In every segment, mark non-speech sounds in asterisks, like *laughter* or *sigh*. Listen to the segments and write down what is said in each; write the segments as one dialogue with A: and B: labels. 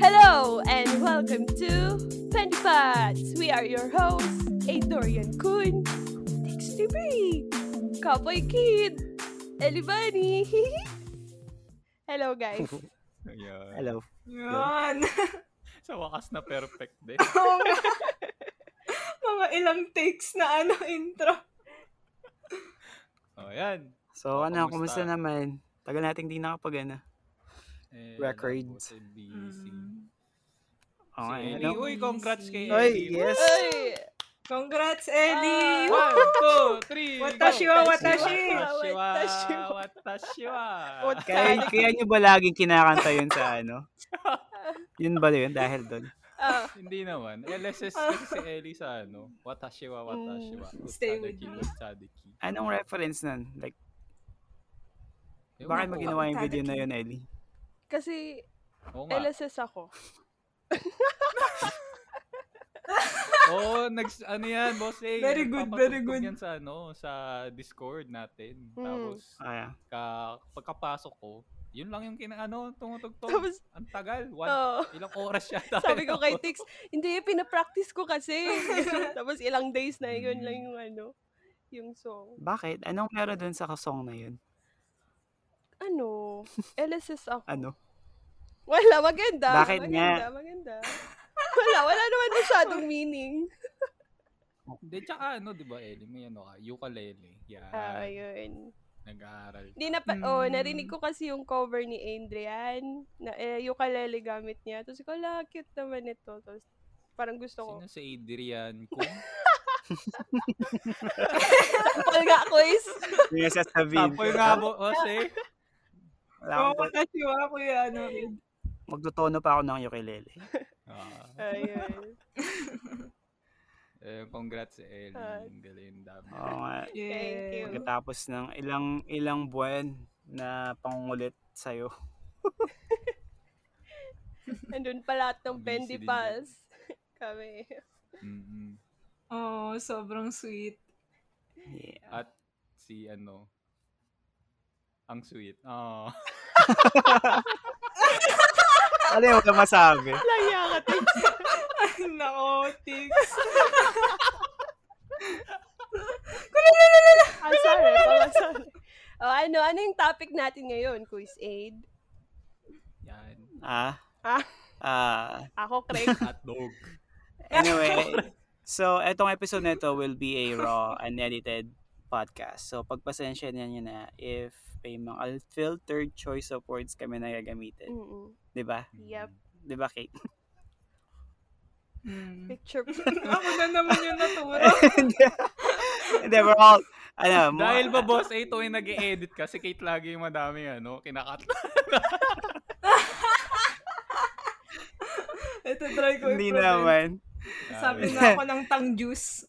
A: Hello and welcome to Penpots! We are your hosts, A. Dorian Kun, Dix TV, Cowboy Kid, Elibani. *laughs* Hello guys.
B: Ayan.
C: *laughs* Hello.
D: Yun. *laughs*
B: Sa wakas na perfect din.
D: Oo nga. Mga ilang takes na ano intro.
B: O, ayan.
C: So,
B: Oh,
C: ano, kumusta
B: kumusta?
C: naman? Tagal nating di nakapag, ano?
B: Eh,
C: Records.
B: wala po, busy.
D: Hmm. Mm.
C: Oo
B: Si
C: nga,
B: Ellie.
C: ano?
B: Uy, congrats
C: Oy,
B: kay Ellie.
C: yes.
A: Ay!
D: Congrats,
A: Ah.
D: Eddie!
B: One, two, three, go!
D: Watashi wa watashi!
B: Watashi wa
A: Watashi wa-
B: watashi wa.
C: Kaya, kaya nyo ba laging kinakanta yun sa ano? Yun ba yun? Dahil doon.
A: Ah,
B: Hindi naman. LSS kasi si Ellie sa ano. Watashi wa watashi wa.
D: Mm. Stay with
B: Utsadeki,
D: me.
B: utsadeki.
C: Anong reference nun? Like,
B: Ewan
C: bakit
B: ko.
C: mo ginawa yung
D: Tada
C: video na
D: King.
C: yun, Ellie?
A: kasi
B: Oo nga.
A: LSS ako.
B: Oo, nags, ano yan, boss A.
D: Very good, very
B: nagpapatugtog
D: good.
B: yan sa ano, sa Discord natin.
A: Mm.
B: Tapos,
C: Ah,
B: ka, pagkapasok ko, yun lang yung kinaano, tumutugtog.
A: Tapos,
B: Ang tagal. One,
A: oh,
B: ilang oras siya.
A: *laughs* sabi ko kay
C: *laughs*
B: tayo.
A: Tix, hindi, pinapractice ko kasi. Tapos ilang days na yun
B: Mm.
A: lang yung ano, yung song.
C: bakit? Anong meron doon sa song na yun?
A: Ano? LSS ako.
C: Ano?
A: Wala, maganda.
C: Bakit
A: maganda,
C: nga?
A: maganda. Wala, wala naman masyadong
C: *laughs*
A: meaning.
B: *laughs* Hindi, tsaka ano, di ba, Eli, may ano ka, ukulele. Yan.
A: Ah, ayun.
B: Nag-aaral.
A: Hindi na pa, oh,
C: Hmm.
D: Mm.
A: narinig ko kasi yung cover ni Adrian, na eh, ukulele gamit niya. Tapos ko, ala, cute naman ito. Tapos, parang gusto ko.
B: Sino si Adrian Kung?
A: Sample nga, quiz.
B: *laughs*
C: Yung sasabihin
B: Tapoy nga mo,
A: *laughs*
B: Jose.
C: Wala
D: Mga
C: akong-
D: watashi wa kuya ano. Ed.
C: Magtutono pa ako ng ukulele.
B: Ah,
A: Ayun.
B: eh, congrats, Eli.
A: Ah.
B: Ang galing, dami.
C: Oo nga.
A: Thank you.
C: Pagkatapos ng ilang ilang buwan na pangungulit sa'yo.
A: Andun pa lahat ng
B: Busy
A: Bendy
B: din
A: Pals. *laughs* Kami.
B: Mm-mm.
D: Oh, sobrang sweet. *laughs*
C: Yeah.
B: At si ano, ang sweet. Oh.
C: Ano yung walang masabi?
A: Laya ka, Tix.
D: Ay, nako,
A: *laughs*
D: tics. Kulalalalala.
A: Ah,
B: *laughs*
A: sorry. Pala, sorry. Oh, ano, ano yung topic natin ngayon, Quiz Aid?
B: *laughs* Yan.
C: Ah?
A: Ah.
C: Ah.
A: Ako, Craig.
B: Hot dog.
C: Anyway, so etong episode na ito will be a raw, unedited podcast. So pagpasensya na nyo na if may mga unfiltered choice of words kami na gagamitin.
A: Mm-mm.
C: Di ba?
A: Yep.
C: Di ba, Kate?
A: *laughs*
D: Hmm.
A: Picture.
D: Ako na naman yung
A: *laughs*
C: *laughs*
D: naturo.
C: Hindi, we're all, ano, mga-
B: Dahil ba boss, eh, ito yung nag edit ka, si Kate lagi yung madaming ano, kinakat.
D: Ito try ko
C: Hindi
D: i-prevent.
C: naman.
D: Sabi nga ako ng tang juice.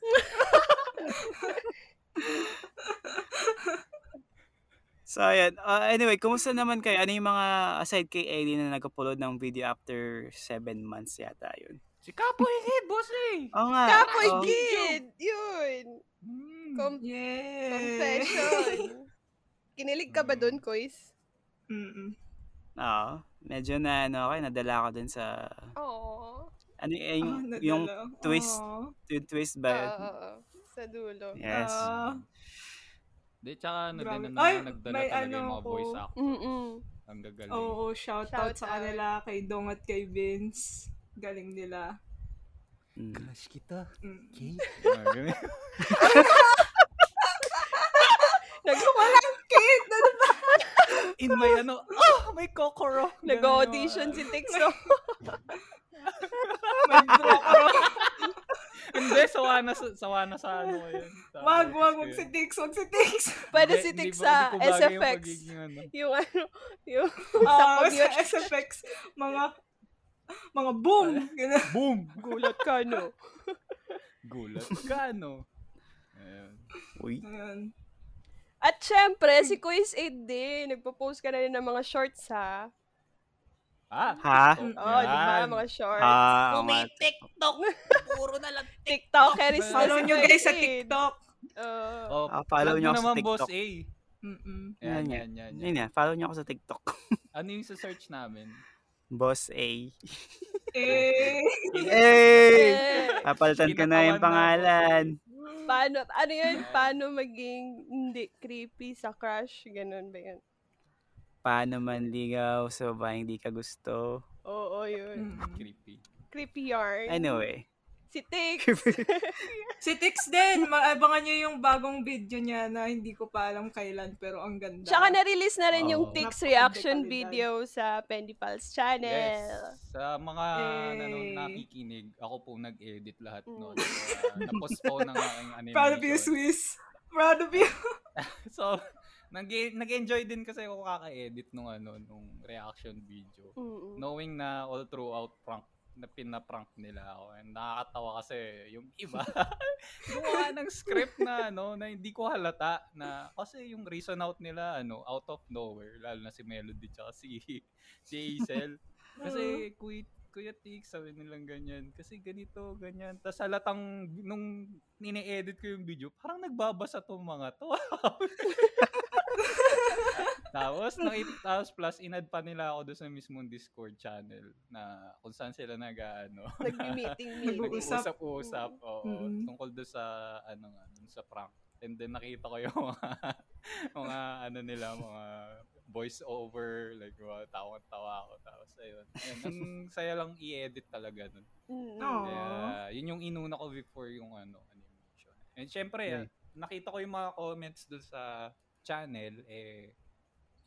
C: So, ayan. Uh, anyway, kumusta naman kayo? Ano yung mga, aside kay Ellie na nag-upload ng video after 7 months yata yun?
B: Si Kapoy Head, boss eh.
C: Oo nga.
A: Kapoy
C: oo.
A: Kid! Yun!
B: Mm.
A: Com-
D: Yay!
A: confession. *laughs* Kinilig ka ba dun, Kois?
D: Mm-mm.
C: Oo. Medyo na, ano, okay, nadala ako dun sa,
A: Oo.
C: ano eh, yung,
D: Ah, nadala.
C: yung, twist.
D: Oh.
C: yung twist ba yun?
A: Oo. Sa dulo.
C: Yes.
D: Ah.
B: Di, tsaka ano din,
D: Grabe.
B: ang
D: Ay,
B: mga nagdala
D: may
B: talaga yung
D: ano
B: mga voice
D: ako.
B: actors.
A: Mm-mm.
B: Ang gagaling.
D: Oo, shout,
A: Shout
D: out
A: out.
D: sa kanila kay Dong at kay Vince. Galing nila.
C: Mm.
B: kita,
E: *laughs*
D: Mm.
B: Kate. Ah, ganun.
D: *laughs* Walang Kate! Ano ba?
B: In my ano,
D: ah,
B: oh, may kokoro. Ganun
A: *laughs* Nag-audition
B: yung,
A: si Tix, oh. no?
D: May drop ako.
B: ah, Hindi, sawa na, sa- sawa na sa ano yun. Sa
D: Wag, wag, wag
B: voice
D: si
B: ko yun.
D: Tix, wag si
E: *laughs*
D: Tix.
A: Pwede
B: eh, Hindi-
A: si
B: hindi
A: Tix
B: ba-
A: sa
B: hindi ko bagay yung
A: SFX.
B: pagiging ano.
A: Yung ano, yung
D: Ah,
A: pag-
D: sa SFX, mga, mga boom! Ganun.
B: Boom!
A: gulat ka, no?
B: Gulat. Kano? Ayun.
C: Uy.
D: Ayun.
A: At syempre, si Quiz 8 din. Nagpo-post ka na rin ng mga shorts, ha?
B: Ah,
C: Ha?
B: TikTok.
A: Oo, oh, di ba?
B: Yan.
A: Mga shorts.
C: Ah, oo nga.
E: TikTok. Puro na lang
A: TikTokeris na
D: Follow
A: si
D: nyo guys sa
A: Kois Aid.
D: TikTok.
A: Oo.
B: Oh,
C: Ah, follow
B: plug
C: niyo
B: mo
C: ako sa
B: naman, boss
C: TikTok.
B: A.
D: Mm-mm.
B: Yan,
C: Yan,
B: yan, yan, yan.
C: *laughs* Yun na, follow niyo ako sa TikTok.
B: Ano yung sa search namin?
C: Boss A.
D: Eh,
C: Hey!
A: Eh,
C: Papalitan ko na yung
B: Kinatawan na ako.
C: pangalan.
A: paano, ano yun? Paano maging hindi creepy sa crush? Ganun ba yun?
C: Paano man ligaw sa babaeng di ka gusto?
A: Oo, yun.
B: Creepy.
A: Creepy yarn.
C: Anyway.
A: Si Tix.
D: si Tix din. Maabangan nyo yung bagong video niya na hindi ko pa alam kailan pero ang ganda.
A: *laughs* Tsaka na-release na rin yung
B: Oo.
A: Tix
D: Napakaganda
A: reaction
D: kalidad.
A: video sa Pendy Pals channel.
B: Yes. Sa mga
D: Yay.
B: ano, nakikinig, ako po nag-edit lahat
A: Mm.
B: noon. Kaya na-postpone ng aking animation.
D: Proud of you, Swiss. Proud of you.
B: So, nag- nag-enjoy din kasi ako kaka-edit nung ano, nung reaction video.
A: Mm-mm.
B: Knowing na all throughout prank na pinaprank nila ako. And nakakatawa kasi yung iba gumawa ng script na ano na hindi ko halata na kasi yung reason out nila ano out of nowhere lalo na si Melody tsaka si si Hazel kasi kuya, kuya Tix sabi nilang ganyan kasi ganito ganyan tas halatang nung nine-edit ko yung video parang nagbabasa tong mga to *laughs* tapos, nung it- tapos plus inad pa nila ako doon sa mismong Discord channel na kung saan sila nag ano
A: *laughs* Nag-meeting meeting.
D: Nag-uusap. Mm.
B: Nag-uusap-usap. Oo.
D: Mm-mm.
B: Tungkol doon sa, ano nga, doon sa prank. And then nakita ko yung *laughs* mga, mga ano nila, mga voice over, like, mga tawang-tawa ako. Tapos, ayun. ayun. Ang saya lang i-edit talaga nun.
A: Mm-mm.
D: Oo.
B: Kaya, yun yung inuna ko before yung, ano, animation. And syempre, ah,
C: Yeah.
B: nakita ko yung mga comments doon sa channel, eh,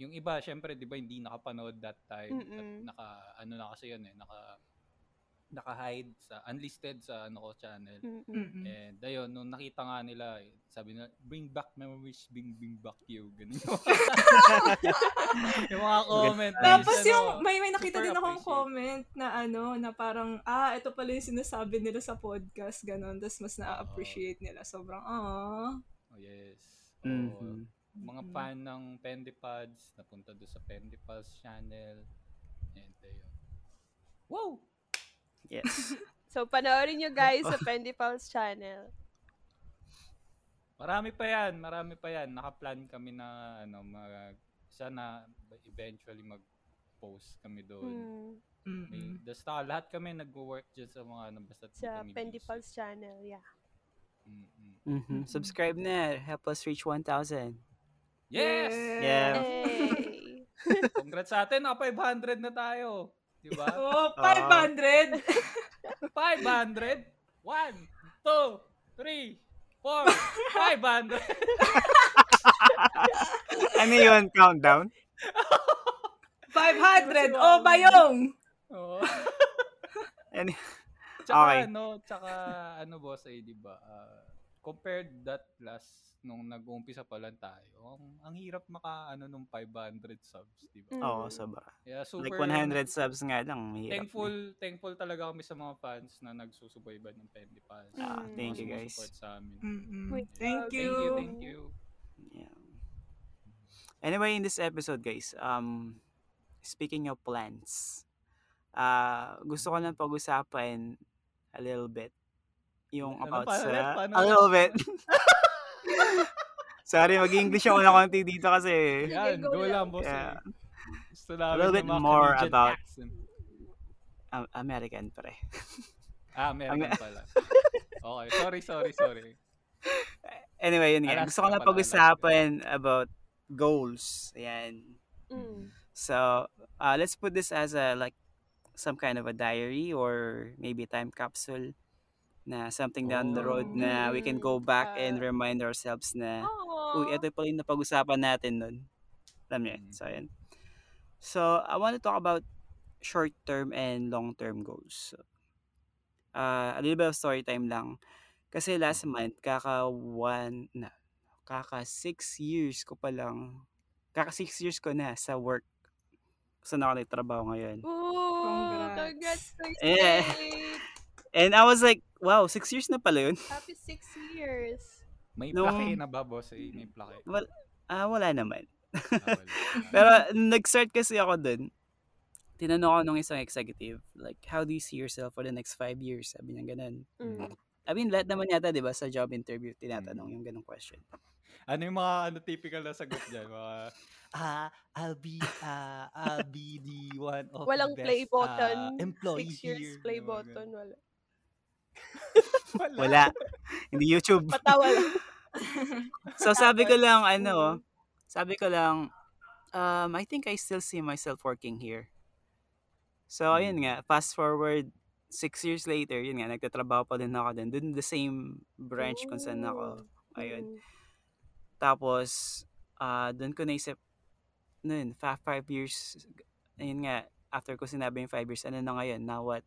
B: yung iba, syempre, di ba, hindi nakapanood that time. At
A: Mm-mm.
B: naka, ano na kasi yun eh, naka, naka-hide sa, unlisted sa, ano ko, channel.
A: Mm-mm.
D: Mm-mm.
B: And ayun, nung nakita nga nila, eh, sabi na, bring back memories, bring, bring back you. Ganun. *laughs* yung mga comment. na
D: Tapos
B: isa,
D: yung,
B: no?
D: may, may nakita
B: ano, super
D: din akong
B: appreciate.
D: comment na ano, na parang, ah, ito pala yung sinasabi nila sa podcast, ganun. Tapos mas na-appreciate nila. Sobrang, ah.
B: Oh, yes. Oh, Oo.
C: Mhm.
B: Mga fan ng Pendipads, napunta doon sa Pendipads channel. And ayun. Wow!
C: Yes.
A: So, panoorin nyo guys *laughs* sa Pendy Pals channel.
B: Marami pa yan, marami pa yan. Nakaplan kami na, ano, mag, sana eventually mag-post kami doon.
A: Mm.
B: May-
D: Mm-mm.
B: Basta lahat kami nag-work dyan sa mga ano, basta di
A: Sa
B: kami
A: Pendy
B: busy.
A: Pals channel, yeah.
B: Mm-mm.
C: Mhm. Subscribe na. Help us reach 1,000.
B: Yes!
C: Yeah. *laughs*
A: Hey.
B: Congrats sa atin, naka 500 na tayo. Di
A: *laughs*
B: ba?
D: *laughs* Oh, 500!
B: *laughs* 500! 1, 2, 3, 4, 500!
C: Ano yun? Countdown?
D: 500! Oh, bayong!
C: *laughs*
B: Oo.
C: Ano-
B: Tsaka
C: Okay.
B: ano, tsaka ano boss ay, di ba? ah, compared that last nung nag-umpisa pa lang tayo, ang, ang hirap maka ano nung 500 subs, di ba?
A: Mm.
C: Oo, sobra.
B: Kaya super
C: Like 100 subs nga lang. Mahirap.
B: thankful, thankful talaga kami sa mga fans na nagsusubaybay ng Pendy Fans.
C: Ah,
A: Mm.
C: thank you
B: Mga
C: guys.
B: sumusupport sa amin.
D: Mm-mm.
A: Wait,
D: Thank
A: uh,
B: Thank you,
D: Mm, you.
B: thank you.
C: Yeah. Anyway, in this episode, guys, um, speaking of plants, uh, gusto ko lang pag-usapan a little bit yung
B: Ano
C: about
B: pa
C: sa...
B: ulit? Paano
C: a
B: ulit?
C: little
B: *laughs*
C: bit. Sorry, mag-English ako na konti dito kasi.
B: Yan,
A: go
B: go lang, boss.
C: Yeah.
B: eh. Gusto namin
C: little
B: ng
C: bit
B: mga eh.
C: more
B: Canadian
C: about-
B: accent.
C: Am- um, American, pre.
B: Ah, American
C: Amer- *laughs*
B: pala. Okay, sorry, sorry, sorry.
C: Anyway, yun nga.
B: Alaska
C: Gusto ko lang
B: pala,
C: pag-usapan about goals. Ayan.
A: Mm.
C: So uh, let's put this as a like some kind of a diary or maybe time capsule na something down the road na we can go back and
A: Mm,
C: remind ourselves na
A: Aww.
C: uy, ito pala yung napag-usapan natin nun. Alam niyo, yun. so yun. So, I want to talk about short-term and long-term goals. Uh, a little bit of story time lang. Kasi last month, kaka one, na, kaka six years ko pa lang, kaka six years ko na sa work. Kasi na ako nagtrabaho ngayon.
A: Ooh, congrats
D: Congrats.
A: to
C: Eh. And I was like, wow, six years na pala yun?
A: Happy six years.
B: May
C: Nung-
B: plake na ba, boss? Eh, may plake.
C: Wal- Ah, wala naman.
B: Ah, wala.
C: *laughs* Pero nung nag-start kasi ako dun. Tinanong ako nung isang executive, like, how do you see yourself for the next five years? Sabi niya ganun.
A: Mm.
B: Mm.
C: I mean, lahat naman yata, di ba, sa job interview, tinatanong yung ganung question.
B: Ano yung mga ano, typical na sagot dyan? Mga, ah, I'll be, ah, I'll be the one of
A: Walang
B: the best,
A: play
B: ah,
A: button.
B: employee
A: Six years
B: here.
A: play
B: Yung mga
A: button, wala.
B: ganun.
C: Wala. *laughs* Hindi YouTube.
A: Patawa lang.
C: *laughs*
B: *laughs*
C: So sabi ko lang,
B: Mm.
C: ano, sabi ko lang, um, I think I still see myself working here. So, ayun
B: Mm.
C: nga, fast forward, six years later, yun nga, nagtatrabaho pa din ako din. Dun the same branch kung saan
B: Oh.
C: ako. Ayun.
A: Mm.
C: Tapos, ah doon ko naisip, noon, fa- five years, ayun nga, after ko sinabi yung five years, ano na ngayon, now what?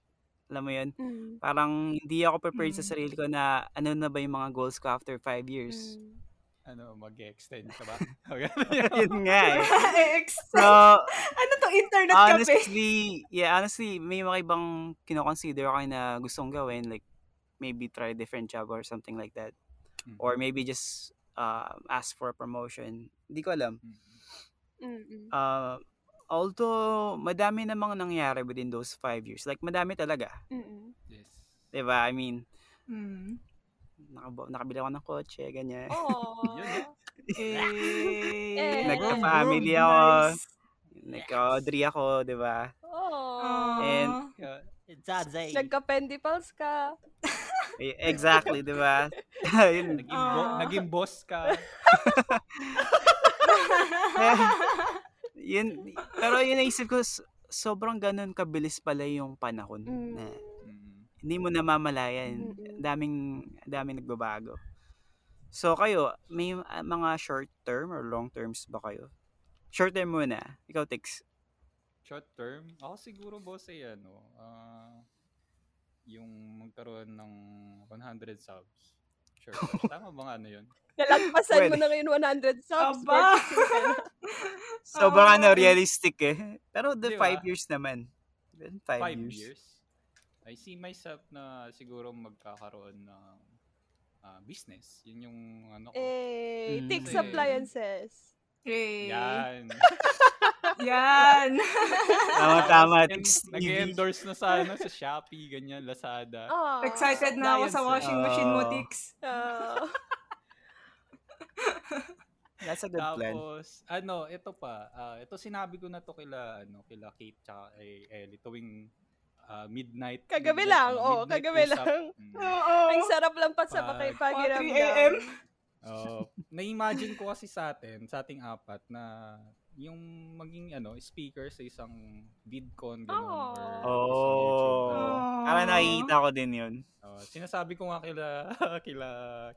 C: Alam mo yun?
A: Mm.
C: Parang hindi ako prepared sa
D: Mm.
C: sarili ko na ano na ba yung mga goals ko after five years.
A: Mm.
B: Ano, mag-extend ka
C: *laughs*
B: ba? Mm.
C: yun nga eh.
D: *laughs* Ex-
C: So,
D: ano to, internet cafe?
C: honestly, yeah, honestly, may mga ibang kinoconsider ako na gustong gawin, like, maybe try a different job or something like that. Or maybe just uh, ask for a promotion. Hindi ko alam.
B: Mm.
A: mm, Mm-mm.
C: Uh, although, madami namang nangyari within those five years. Like, madami talaga. *laughs*
A: Mm-mm.
B: Yes.
C: 'Di ba I mean,
D: Hmm.
C: nakab- nakabili ako ng kotse, ganyan.
A: Oh, Aw.
B: Yun eh.
D: Eh.
A: Eh.
C: Nagpa-family
D: Nice.
C: ako. Nagka-audrey oh, ako, 'di
A: *laughs*
C: ba
A: Aw.
C: Ah.
D: Aw.
C: And-
B: Yeah.
E: Zazay.
A: Nagka-pendipals ka.
C: Eh, Exactly, 'di ba *laughs* Ayun.
B: Naging, bo-
D: Ah.
B: naging boss ka.
C: yun, pero yun naisip ko, so- sobrang ganun kabilis pala yung panahon.
A: Mm.
C: Na,
B: Mm.
C: hindi mo namamalayan.
A: Mm-mm.
C: Daming, daming nagbabago. So kayo, may uh, mga short term or long terms ba kayo? Short term muna. Ikaw, Tix.
B: Short term? Ako siguro boss ay ano, ah, yung magkaroon ng 100 subs. Short term. Tama ba nga ano yun?
A: Nalagpasan mo
C: Pwede.
A: na ngayon 100 subs.
D: Aba!
C: So, baka
D: Ah.
C: ano, realistic eh. Pero the
B: Oh. Di ba?
C: five years naman. Then Five,
B: Five
C: years.
B: years. I see myself na siguro magkakaroon ng ah, business. Yun yung ano ko.
A: Eh,
C: Mm.
A: Tix
B: Kasi-
A: Appliances. Eh. *laughs*
D: Hey.
B: Yan.
D: Yan.
B: *laughs*
C: Tama, tama,
B: Nag-
C: Tix. TV.
B: Nag-endorse na sa, ano, sa Shopee, ganyan, Lazada.
A: Ah.
D: Excited na ako sa
B: Appliances.
D: washing machine mo,
C: Oh.
D: Tix.
A: Ah.
C: That's a good plan.
B: Tapos, ano, ito pa. ah, ito sinabi ko na to kila, ano, kila Kate tsaka kay Ellie tuwing ah, midnight.
A: Kagabi
B: midnight,
A: lang,
B: ano,
A: oo,
B: midnight
A: kagabi
B: usap.
A: lang.
B: Mm.
D: Oo.
A: Ang sarap lang pa sa
B: Pag-
A: bakay
D: Mga
A: pagiramdam.
D: 3 a.m.
B: Oo. na-imagine ko kasi sa atin, sa ating apat, na yung maging ano, speaker sa isang VidCon, ganun,
A: Oo.
B: or isang YouTube.
C: Oo.
B: ano.
C: Tama, nakikita ko din yun.
B: Oo, sinasabi ko nga kila, *laughs* kila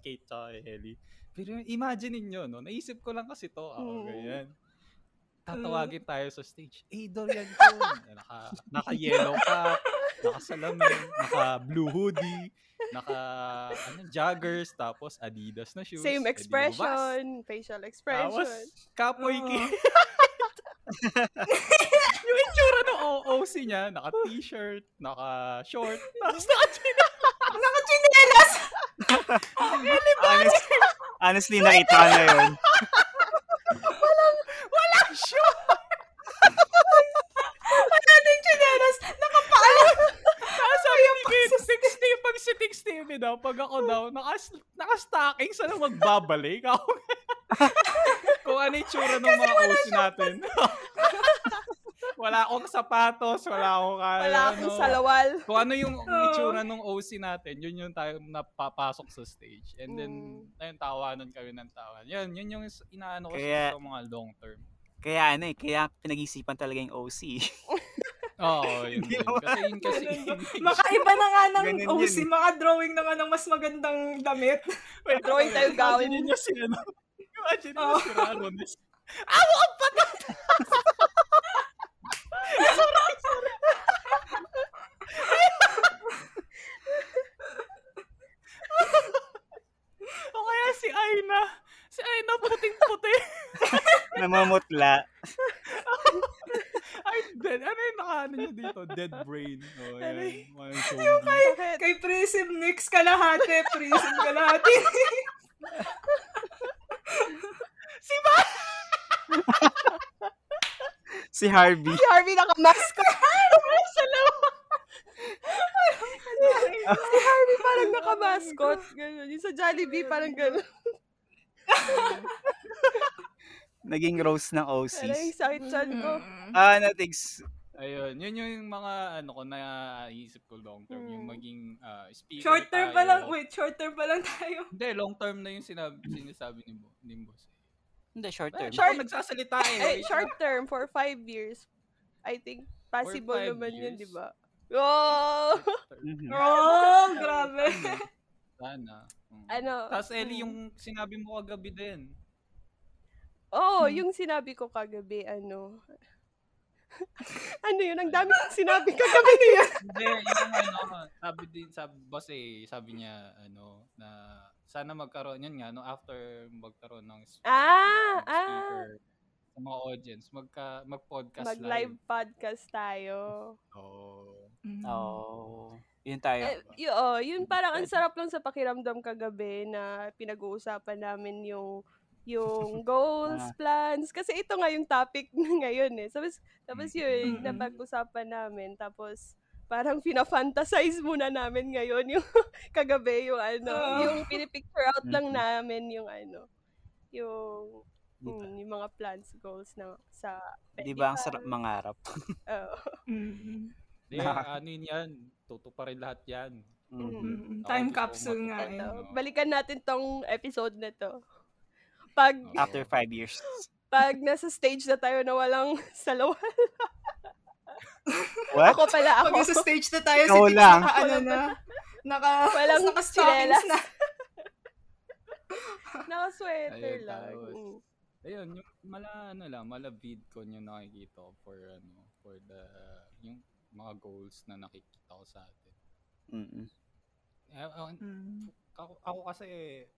B: Kate tsaka kay Ellie. Pero imagine ninyo, no? naisip ko lang kasi to, ako,
A: Mm.
B: ganyan. Tatawagin tayo sa stage. Hey, Dorian
A: *laughs*
B: Kun! naka, naka-yellow cap, naka-salamin, naka-blue hoodie, naka ano, joggers, tapos Adidas na shoes.
A: Same
B: Eh, di lumabas.
A: expression, facial expression.
B: Tapos, kapoy
D: Oo.
B: ki.
A: *laughs*
B: *laughs* yung itsura ng OOC niya, naka-t-shirt,
A: *laughs*
B: naka-short, tapos naka-chino.
D: Nakachinelas!
C: Honest, honestly, nakita ko na yun.
B: Walang short!
D: *laughs* Wala din chinelas! Nakapaala!
A: Ano
B: Tapos sabi ni Kate, 60, pag si 60 daw, pag ako daw, naka- naka-stocking, saan ang magbabalik ako? *laughs* Kung ano yung itsura ng mga OOC natin. *laughs* wala akong sapatos, wala akong kaya.
A: Wala akong
B: ano.
A: salawal.
B: Kung ano yung
D: *laughs* Oo.
B: itsura ng OC natin, yun yung tayo napapasok sa stage. And then,
A: Mm.
B: ayun, tawanan kami ng tawanan. Yun, yun yung is- inaano ko
C: Kaya-
B: sa sa mga long term.
C: Kaya ano eh, kaya pinag-isipan talaga yung OC.
B: Oo, yun,
C: Hindi
B: yun.
C: naman.
B: Kasi yun kasi. *laughs*
D: Makaiba na nga ng oh,
C: Ganun yun
D: OC,
C: eh.
D: makadrawing na nga ng mas magandang damit.
A: Drawing tayo
B: Imagine
A: gawin.
B: nyo si ano. Imagine nyo
D: Oo.
B: si Raronis. O kaya si Aina. Si Aina, puting-puti.
C: *laughs* Namamutla.
B: Ay, dead. Ano yung nakaano niya dito? Dead brain. Oh,
A: Ano
B: yan. Mga zombie.
A: Bakit?
D: Kay Prism Nix kalahati, Prism kalahati.
C: Si Harvey.
A: Si Harvey nakamask ka. si Harvey parang nakamaskot. Ganun. Yung sa Jollibee, parang ganun.
C: Naging rose ng
A: Parang
C: OCs.
A: yung sakit chan ko.
C: Ah, natigs.
B: Ayun, yun yung mga ano ko na isip ko long term, yung
A: Mm.
B: maging uh, speaker
D: Short term
B: tayo.
D: pa lang, wait, short term pa lang tayo.
B: Hindi, long term na yung sinabi, sinasabi ni, Bo, ni boss.
C: Hindi, short
B: Short,
C: term.
A: Short-
B: nagsasalita
A: Eh,
B: eh.
A: short term, for five years. I think, possible
B: five
A: naman yun,
B: years?
A: di ba? Oh! *laughs*
C: Mhm.
D: Oh, grabe.
B: Sana. Mm.
A: ano?
B: Tapos
A: mm.
B: Ellie, yung sinabi mo kagabi din.
A: Oo, oh,
D: Hmm.
A: yung sinabi ko kagabi, ano? *laughs* ano yun? Ang dami kong sinabi
B: *laughs*
A: kagabi na yun.
B: Hindi, yung ano, sabi din, sabi, boss eh, sabi niya, ano, na sana magkaroon, yun nga, no, after magkaroon ng sp-
A: Ah,
B: ng speaker sa mga audience, magka, mag-podcast
A: Mag-live podcast tayo. Mm.
B: Oh. Mm-hmm.
C: Oo. Yun tayo.
A: Eh, y- oh, yun parang ang sarap lang sa pakiramdam kagabi na pinag-uusapan namin yung
C: *laughs*
A: yung goals,
C: Ah.
A: plans. Kasi ito nga yung topic *laughs* ngayon eh. Tapos, tapos yun,
D: Mm.
A: napag-usapan namin. Tapos, parang fina-fantasize muna namin ngayon yung *laughs* kagabi, yung ano,
C: Ah.
D: Oh.
A: yung pinipicture out lang
C: Mhm.
A: namin yung ano, yung,
C: Di ba?
A: mm, yung mga plans, goals na sa
B: Eh,
C: Di ba ang sarap mangarap?
A: Oo.
D: Mm.
B: Hindi, ano yun yan, tutuparin lahat yan.
A: Mhm.
C: Mm-hmm.
D: Mm. Time
B: Ako,
D: capsule
B: gusto ko
D: nga eh.
B: matuto.
A: So, balikan natin tong episode na to. Pag
B: Oo.
C: After five years.
A: pag nasa stage na tayo na walang *laughs* salawa.
C: What?
A: Ako pala
D: Pag
A: ako. *laughs*
D: nasa stage na tayo, si
C: Ikaw
D: Tips
C: lang.
D: naka ano na, naka,
A: Walang
D: naka-stockings na.
A: Naka-sweater
B: Ayun,
A: lang.
B: tapos. oh,
A: Mm.
B: Ayun, yung mala, ano lang, mala VidCon yung nakikita ko for, ano, for the, yung mga goals na nakikita ko sa atin.
C: Mhm.
B: Eh, ah,
A: Mm.
B: ako, ako kasi,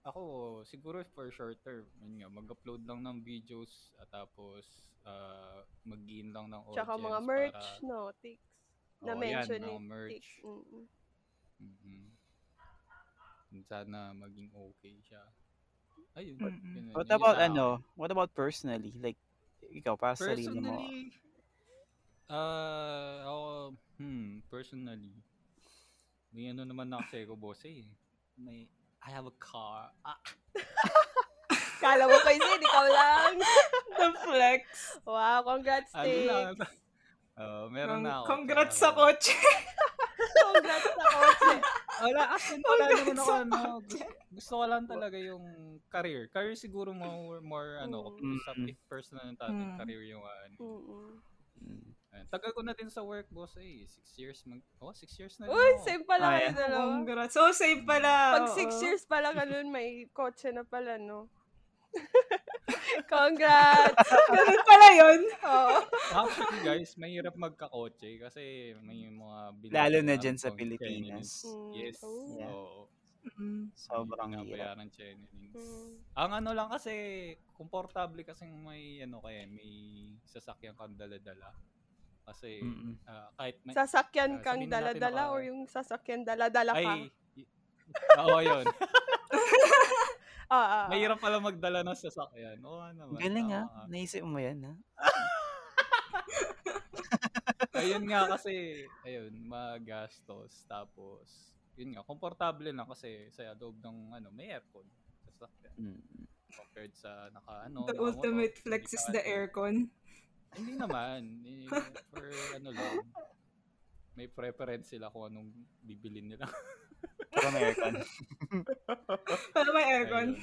B: ako, siguro for short term, yun nga, mag-upload lang ng videos, at tapos, uh, mag-gain lang ng audience.
A: Tsaka mga
B: para-
A: merch, no, tics.
B: Oo,
A: Na-mention
B: yan,
A: ni
B: mga merch.
A: tics. Mm-mm.
B: Mhm. Sana maging okay siya. Ayun.
D: Mm-mm.
B: yun na,
C: What
B: yun
C: about
B: sa akin.
C: ano? What about personally? Like, ikaw, para sa sarili mo.
B: Personally, ah, ako, hmm, personally, may ano naman na kasi ko, boss eh. May, I have a car. Ah,
A: Kala mo kayo sin, ikaw lang.
D: *laughs*
A: *laughs*
D: The flex.
A: Wow, congrats,
B: ano lang. *laughs*
A: tics.
B: Oo, meron na ako.
D: Congrats
B: Tsaka-
D: sa kotse.
A: Congrats sa
B: *laughs*
A: kotse.
B: Wala, actually, wala
D: Congrats
B: naman ako,
D: sa
B: ano, gusto, gusto ko lang talaga yung career. Career siguro more, more ano,
A: Mm.
B: sa pic- personal na topic,
D: Mm.
B: career yung ano.
A: Mm-mm.
C: Mm.
B: Ayun, Tagal ko na din sa work, boss, eh. Six years, mag, oh, six years na rin
A: Uy,
B: ako.
A: same pala kayo
C: Ayan.
A: dalawa.
D: Congrats. So, safe pala. Oh.
A: Pag
D: oo.
A: six
D: *laughs*
A: years pala ka nun, may kotse na pala, no? *laughs* Congrats!
D: Ganun pala yun.
A: Oo.
B: Actually, guys, mahirap magkakotse kasi may mga bilang.
C: Lalo na dyan sa Pilipinas.
A: Mm.
B: *laughs* Yes.
A: Oh.
C: Yeah.
B: Oo.
C: Sobrang
B: Hindi
C: hirap.
B: binabayaran Chinese.
A: Mm.
B: Ang ano lang kasi, komportable kasi may ano kaya, may sasakyan kang dala-dala. Kasi
C: Mm-mm.
B: ah, kahit may...
A: Sasakyan
B: Ah,
A: kang
B: sabihin natin
A: dala-dala
B: naka-
A: or yung sasakyan dala-dala ka?
B: ay, y- oo, yun.
A: Ah, ah, ah.
B: Mahirap pala magdala ng sasakyan. Oo, naman.
C: Galing ah. ha.
B: tama ka.
C: Naisip mo yan ah. ha.
B: ayun nga kasi, ayun, magastos. Tapos, yun nga, komportable lang kasi sa loob ng, ano, may aircon. Sasakyan.
C: Mm.
B: Compared sa naka, ano,
D: The
B: naka
D: ultimate
B: motor,
D: flex
B: hindi
D: is
B: ka,
D: the
B: ano.
D: aircon. *laughs*
B: Hindi naman. Eh, for, ano lang. May preference sila kung anong bibilin nila.
C: Pero may *laughs* aircon.
D: Para may *laughs* aircon.
B: Ayun.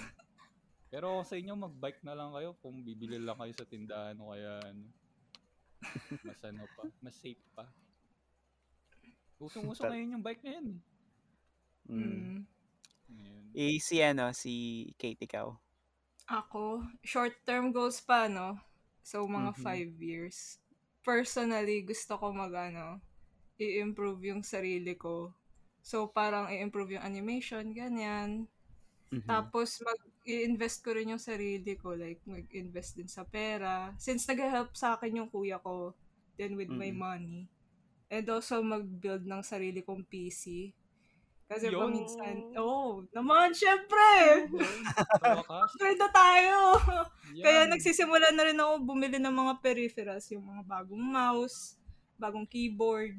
B: Pero kung sa inyo, mag-bike na lang kayo kung bibili lang kayo sa tindahan o kaya ano. Mas ano pa, mas safe pa. Usong-uso
C: Tal-
B: ngayon yung bike ngayon. eh.
C: Mm.
D: Mm.
B: Ayun.
C: Eh, si ano, si Kate ikaw.
D: Ako, short-term goals pa, no? So, mga
C: Mhm.
D: five years. Personally, gusto ko mag, ano, i-improve yung sarili ko. So, parang i-improve yung animation, ganyan.
C: Mhm.
B: Hmm.
D: Tapos, mag i-invest ko rin yung sarili ko. Like, mag-invest din sa pera. Since nag-help sa akin yung kuya ko, then with my
C: Mm.
D: money. And also, mag-build ng sarili kong PC. Kasi
B: Yun.
D: paminsan, oh, naman, syempre!
B: Ayun, *laughs* sa wakas,
D: Upgrade na tayo! *laughs*
B: yan.
D: Kaya nagsisimula na rin ako bumili ng mga peripherals, yung mga bagong mouse, bagong keyboard,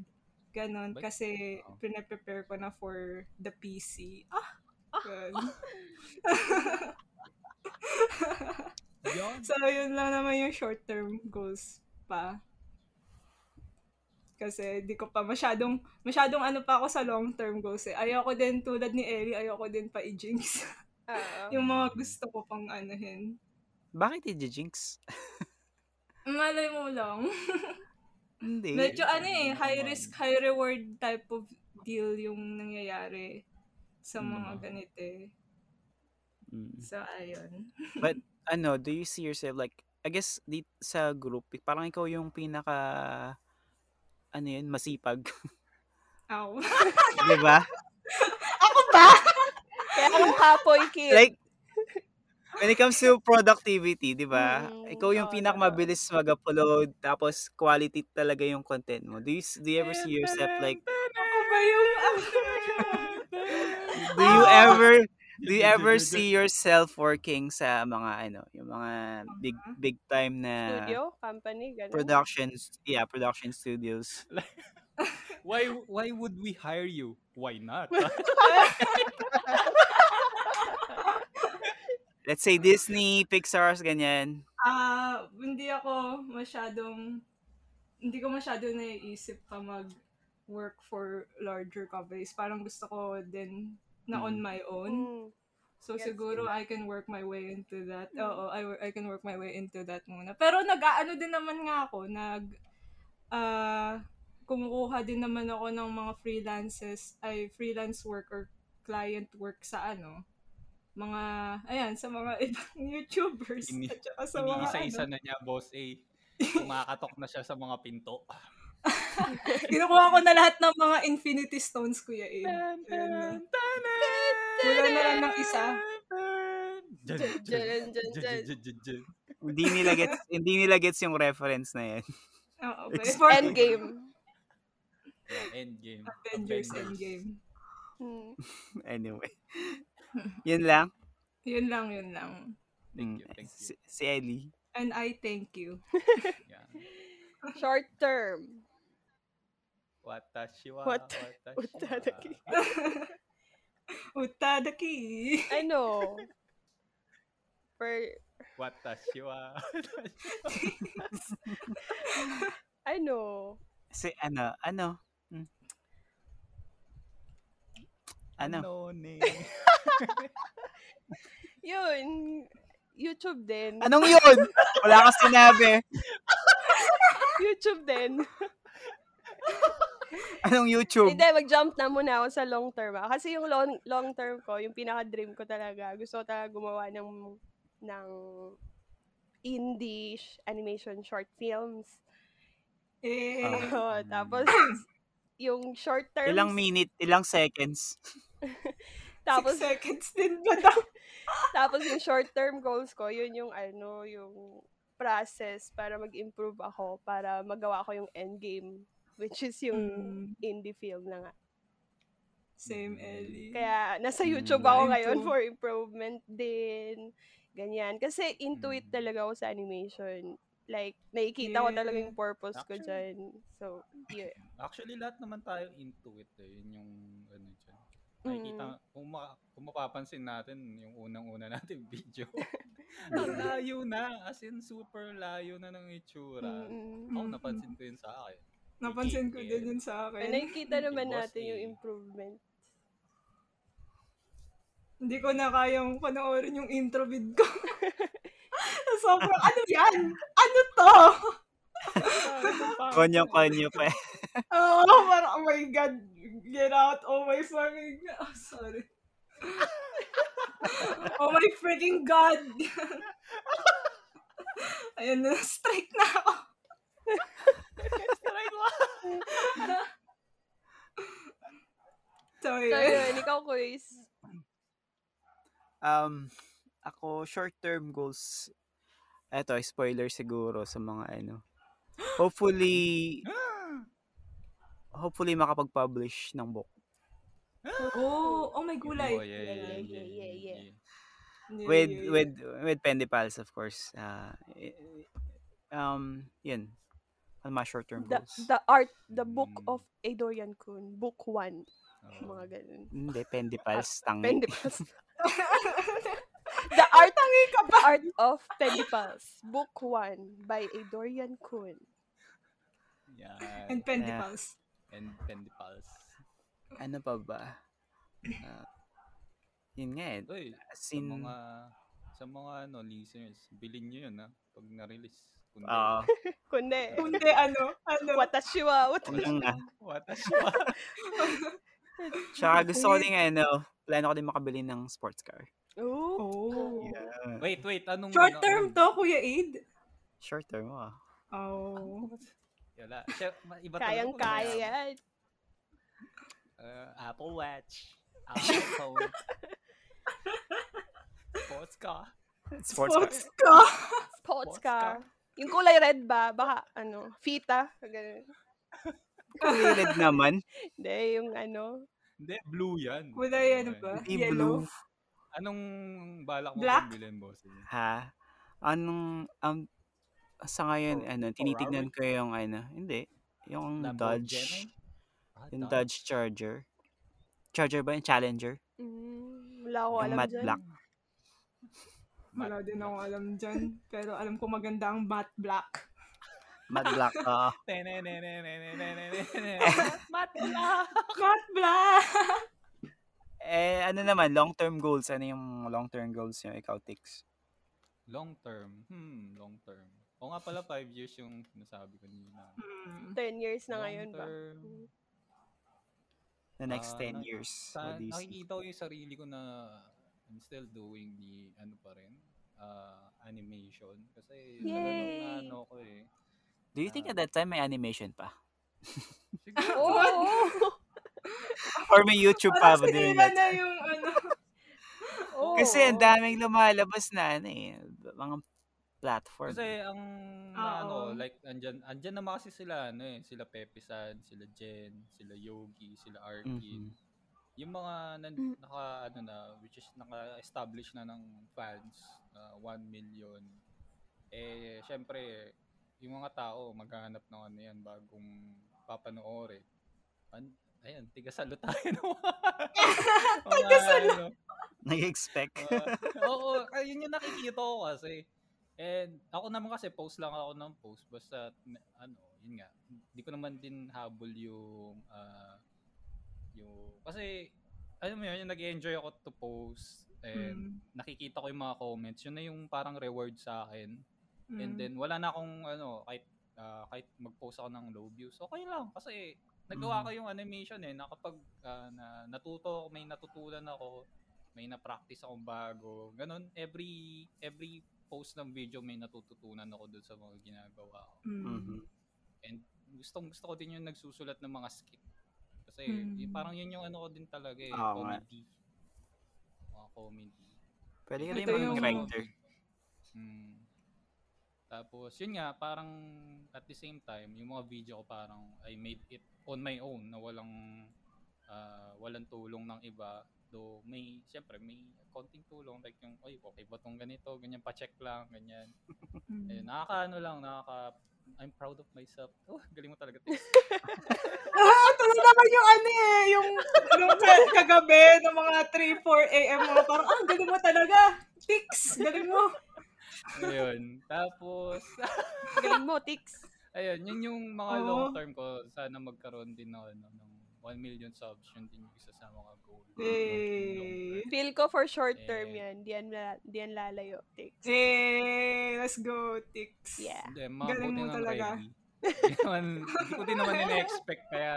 D: ganon.
B: Ba't-
D: Kasi
B: Oo.
D: pinaprepare ko
B: Ah!
D: na for the PC. Ah! Gan.
B: Yun.
D: so, yun lang naman yung short-term goals pa. Kasi di ko pa masyadong, masyadong ano pa ako sa long-term goals eh. Ayoko din tulad ni Ellie, ayoko din pa i-jinx. *laughs*
B: *laughs*
A: Oo.
D: yung mga gusto ko pang anuhin.
C: Bakit i-jinx?
D: Malay mo lang.
C: *laughs* Hindi.
D: Medyo
B: yun
D: ano eh,
B: naman.
D: high risk, high reward type of deal yung nangyayari sa mga
B: Mm.
D: ganito eh.
C: Mm.
D: So, ayun.
C: ano, do you see yourself like I guess di sa group, parang ikaw yung pinaka ano yun, masipag, *laughs*
D: Ako.
C: 'di ba?
D: Ako ba?
A: Kaya ang hapoy kid.
C: Like when it comes to productivity, 'di ba?
A: Mm,
C: ikaw yung
A: oo,
C: pinakamabilis mag-upload tapos quality talaga yung content mo. Do you s- do you ever see yourself like
D: Ako ba yung
C: do you ever do you
A: *laughs*
C: ever see yourself working sa mga ano, yung mga big big time na
A: Mm-hmm. studio, company, ganun. *laughs*
C: productions, yeah, production studios.
B: Why why would we hire you? Why not?
C: Let's say
A: Mm-hmm.
C: Disney, Pixar, ganyan.
D: Ah, hindi ako masyadong hindi ko masyado naiisip pa mag work for larger companies. Parang gusto ko din na on
C: Mm.
D: my own.
A: Mm.
D: So
A: Yes.
D: siguro I can work my way into that. Oo, I wo- I can work my way into that muna. Pero nag-aano din naman nga ako, nag ah kumukuha din naman ako ng mga freelances, ay freelance work or client work sa ano, mga, ayan, sa mga *laughs* ibang YouTubers.
B: Ini-
D: at saka sa mga
B: Iniisa-isa
D: ano.
B: na niya, boss A. Kumakatok na siya sa mga pinto.
D: *laughs* Kinukuha ko na lahat ng mga Infinity Stones, Kuya Abe.
B: Tan,
D: Ayan na.
B: tan, tanan!
D: Wala na lang ng isa.
A: Dyan,
B: Dyan,
A: dyan, dyan, dyan.
B: dyan, dyan, dyan.
C: Hindi nila
A: *laughs*
C: gets, hindi nila gets yung reference na yan. *laughs*
D: Oo, okay.
C: It's
D: For
A: Endgame.
B: Yeah, Endgame.
D: Avengers Endgame.
A: Mm. *laughs*
C: Anyway. Yun lang.
D: Yun lang, yun lang.
B: Thank you,
C: Mm,
B: thank
C: Si, si Ellie.
D: And I thank you.
B: Yeah.
A: Short term.
B: Watashi wa,
A: What-
B: watashi wa.
A: Watadaki.
D: Utadaki!
A: Ano? Per,
B: Watashi wa.
A: ano?
C: Si ano, ano? Mm. Ano?
B: No name.
A: Yun. YouTube din.
C: Anong yun? Wala ka sinabi.
A: YouTube din.
C: Anong YouTube? *laughs*
A: Hindi, mag-jump na muna ako sa long term. ah. Kasi yung long, long term ko, yung pinaka-dream ko talaga, gusto ko talaga gumawa ng, ng indie sh- animation short films.
D: *laughs* Eh,
C: Ah.
A: *laughs* Oo, tapos, *coughs* yung short term,
C: Ilang minute, ilang seconds.
A: *laughs* tapos,
D: six seconds din ba daw?
A: tapos yung short term goals ko, yun yung ano, yung process para mag-improve ako, para magawa ko yung end game, which is yung
D: Mm,
A: indie film na nga.
D: same, Ellie.
A: Kaya nasa
C: Mm,
A: YouTube ako
D: I'm
A: ngayon
D: too.
A: for improvement din. Ganyan. Kasi intuit
B: Mm.
A: talaga ako sa animation. Like, nakikita ko talaga yung purpose ko
B: Actually.
A: dyan. So, yeah.
B: Actually, lahat naman tayo into it eh. Yun yung ano dyan. Nakikita,
D: Mm.
B: kung, ma- kung mapapansin natin, yung unang-una natin *laughs* video.
D: *laughs*
B: Ang layo na. As in, super layo na ng itsura.
A: Mm-mm.
B: Ako,
D: Mm.
B: napansin ko yun sa akin.
D: Napansin ko din yun sa
A: Pero
D: akin.
A: nakikita naman
B: Boss
A: natin
B: eh.
A: yung
B: *laughs*
A: improvement.
D: Hindi ko na kayang panoorin yung intro vid *laughs* ko. Sobrang, ano yan? Ano *laughs* to?
C: Konyo-konyo pa.
D: Oh, parang, oh my God. Get out. Oh my fucking God. Oh, *laughs* sorry. oh my freaking God. *laughs* Ayan na, strike na ako. *laughs* strike na. *laughs* Sorry.
A: So, yun. Ikaw, Kuis.
C: Um, ako, short-term goals. Eto, spoiler siguro sa mga ano. Hopefully, hopefully makapag-publish ng book.
D: Oh, oh my gulay.
B: Oh, yeah, yeah, yeah, yeah, yeah,
A: yeah.
B: yeah.
D: Yeah,
C: eh. with
D: yeah, yeah.
C: with with Pendipals of course. Uh, um, yun. Ano mga short-term
A: The,
C: goals?
A: the art, the book
B: Mm. oh.
A: of Adorian Kun. Book 1.
B: Oo.
A: Mga ganun.
B: Mm. *laughs*
C: Hindi, Pendipals. Tang.
A: Pendipals. The Art, the art of Pedipals, Book 1 by A. Dorian Kuhn.
B: Yan.
D: And Pendipals.
B: And Pendipals.
C: *laughs* Ano pa ba? Ah, yun nga eh.
B: Uy,
C: As
B: sa
C: in,
B: mga, sa mga ano, listeners, bilhin nyo yun ha, pag na-release. Kung
C: oo,
A: Kundi,
D: Kundi ano, ano. *laughs*
A: watashi wa wat-
C: kulang na.
B: What a shot.
C: Tsaka gusto ko din ano, plano ko din makabili ng sports car.
A: Ooh.
D: Oh.
C: Yeah.
B: *laughs* Wait, wait, anong...
D: Short
B: ano-
D: term to, Kuya Aid.
C: Short term, ah.
D: Oh.
B: Wala. Siya, ma- iba talaga kung
A: Kayang-kaya
B: may-
A: yan.
B: Uh, Apple Watch. Apple phone. Sports car.
C: Sports,
D: Sports
C: car.
D: ka.
A: Sports
B: Sports
A: car. Yung kulay red ba? Baka, ano, fita? Ganun.
C: Related naman.
A: Hindi, yung ano.
B: Hindi, blue yan.
D: Wala yan
B: Okay.
D: ba?
C: Hindi
D: Yellow.
C: blue.
B: Anong balak mo
D: Black?
B: kung bilhin, boss?
C: Ha? Anong, um, sa ngayon,
B: Fer-
C: ano, tinitignan ko yung, ano, hindi. Yung Hmm, Dodge.
B: Lamborghini? Ah,
C: Yung Dodge
B: Dodge.
C: Charger. Charger ba? Yung Challenger?
A: Mm, wala ko
C: yung
A: alam
C: matte
A: dyan. *laughs*
C: black.
D: *laughs* Wala din ako alam dyan. Pero alam ko maganda ang matte black.
C: Matte black. oo.
D: *laughs* Matte
A: *laughs*
D: black!
C: eh, ano naman, long-term goals. Ano yung long-term goals yung ikaw, Tix?
B: Long term. Hmm, long term. O nga pala, 5 years yung sinasabi ko
D: *laughs*
B: nila.
A: 10 years na
B: Long
A: ngayon ba?
B: term.
D: Hmm.
C: The next
B: Ah,
C: 10
B: naki-
C: years.
B: Sa,
C: at least.
B: nakikita ko yung sarili ko na I'm still doing the ano pa rin, ah, animation. Kasi talagang
A: Yay!
B: ano ko
D: *laughs*
B: eh.
C: Do you think at that time may animation pa?
B: Siguro,
A: Oo!
C: Or may YouTube pa
D: Parang
C: ba din?
D: sinira na yung ano.
A: *laughs* Oo.
C: Kasi ang daming lumalabas na ano eh, mga platform.
B: Kasi ang na ano,
D: Ah, Oo.
B: like andyan, andyan naman kasi sila ano eh, sila Pepisan, sila Jen, sila Yogi, sila Arkin.
C: Mhm.
B: Yung mga nan,
A: Mm.
B: naka ano na which is naka-establish na ng fans na 1 million. Eh syempre yung mga tao maghahanap ng ano yan bagong papanoorin. An- ayan, tigasalo tayo. *laughs* no? Mga
D: Tigasalo.
B: ano,
C: *laughs* Nag-expect.
B: Ah, *laughs* oo, ayun yung nakikita ko kasi. And ako naman kasi post lang ako ng post basta n- ano, yun nga. Hindi ko naman din habol yung ah, yung kasi alam mo yun, yung nag-enjoy ako to post
D: Hmm.
B: and nakikita ko yung mga comments. Yun na yung parang reward sa akin. And
D: mm,
B: then wala na akong ano, kahit ah, kahit mag-post ako ng low views. Okay lang kasi nagawa
C: Mhm.
B: ko yung animation eh. Nakapag ah, na, natuto ako, may natutunan ako, may na-practice akong bago. Ganun, every every post ng video may natututunan ako dun sa mga ginagawa ko.
D: mm,
C: Mhm.
B: And gustong gusto ko din yung nagsusulat ng mga skit. Kasi
D: Mm.
B: eh, parang yun yung ano ko din talaga eh,
C: Oo nga.
B: comedy. Mga comedy.
C: Pwede ka
D: Ito
C: rin maging
D: yung-
C: writer.
B: Mm. Tapos, yun nga, parang at the same time, yung mga video ko parang I made it on my own na walang ah, walang tulong ng iba. Though may, syempre, may konting tulong like yung, oy, okay ba tong ganito? Ganyan, pa-check lang, ganyan.
D: mm.
B: Ayun, nakakaano lang, nakaka, I'm proud of myself. *laughs* Oh, galing mo talaga. Tess.
D: Ah, tapos naman yung ano eh, yung, yung ka- kagabi ng mga 3, 4 a.m. mga parang, ah, galing mo talaga. Tix, galing mo.
B: Ayun. Tapos,
A: *laughs* Galing mo, Tix.
B: ayun, yun yung mga
D: Oo.
B: long term ko. Sana magkaroon din ng, ano, ng 1 million subs. Yun din yung isa sa mga goal. ko.
D: Eh,
A: Feel ko for short term
B: Eh.
A: yan. Di yan, la- di yan lalayo, Tix.
D: eh, let's go, Tix.
A: Yeah.
B: Hindi,
D: Galing
B: makabuti
D: mo
B: ng
D: talaga.
B: ready. eh. Hindi naman, hindi ko din naman in-expect, kaya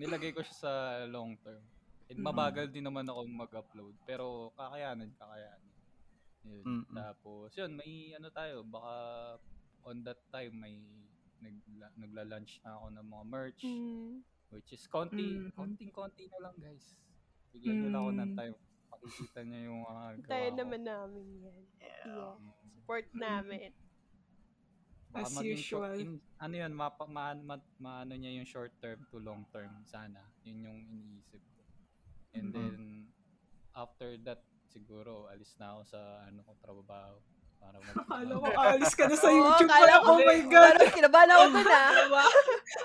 B: nilagay ko siya sa long term. And
D: Mm.
B: mabagal din naman ako mag-upload, pero kakayanin, kakayanin. Yun.
C: Mm-mm.
B: Tapos, yun, may ano tayo, baka on that time may nagla- nagla-launch na ako ng mga merch,
A: Mm.
B: which is konti,
D: Mm.
B: konting-konti na lang, guys. Bigyan nyo lang ako ng
D: Mm.
B: time. Makikita nyo yung mga gawa
A: Tayo
B: ko.
A: naman namin yan. Yeah.
B: Mm.
A: Support namin.
B: Baka
D: As
B: maging short-
D: usual.
B: in- ano yun, mapa, ma, ma, maano niya yung short term to long term sana. Yun yung iniisip ko. And
D: Mhm.
B: then, after that, siguro, alis na ako sa ano ko trabaho. Para mag-
D: *laughs* Kala ko, alis ka na sa
A: Oo,
D: YouTube
A: kala
D: pala.
A: ko,
D: Oh
A: *laughs*
D: my God.
A: Parang kinabahan ako dun
D: *laughs*
A: ah.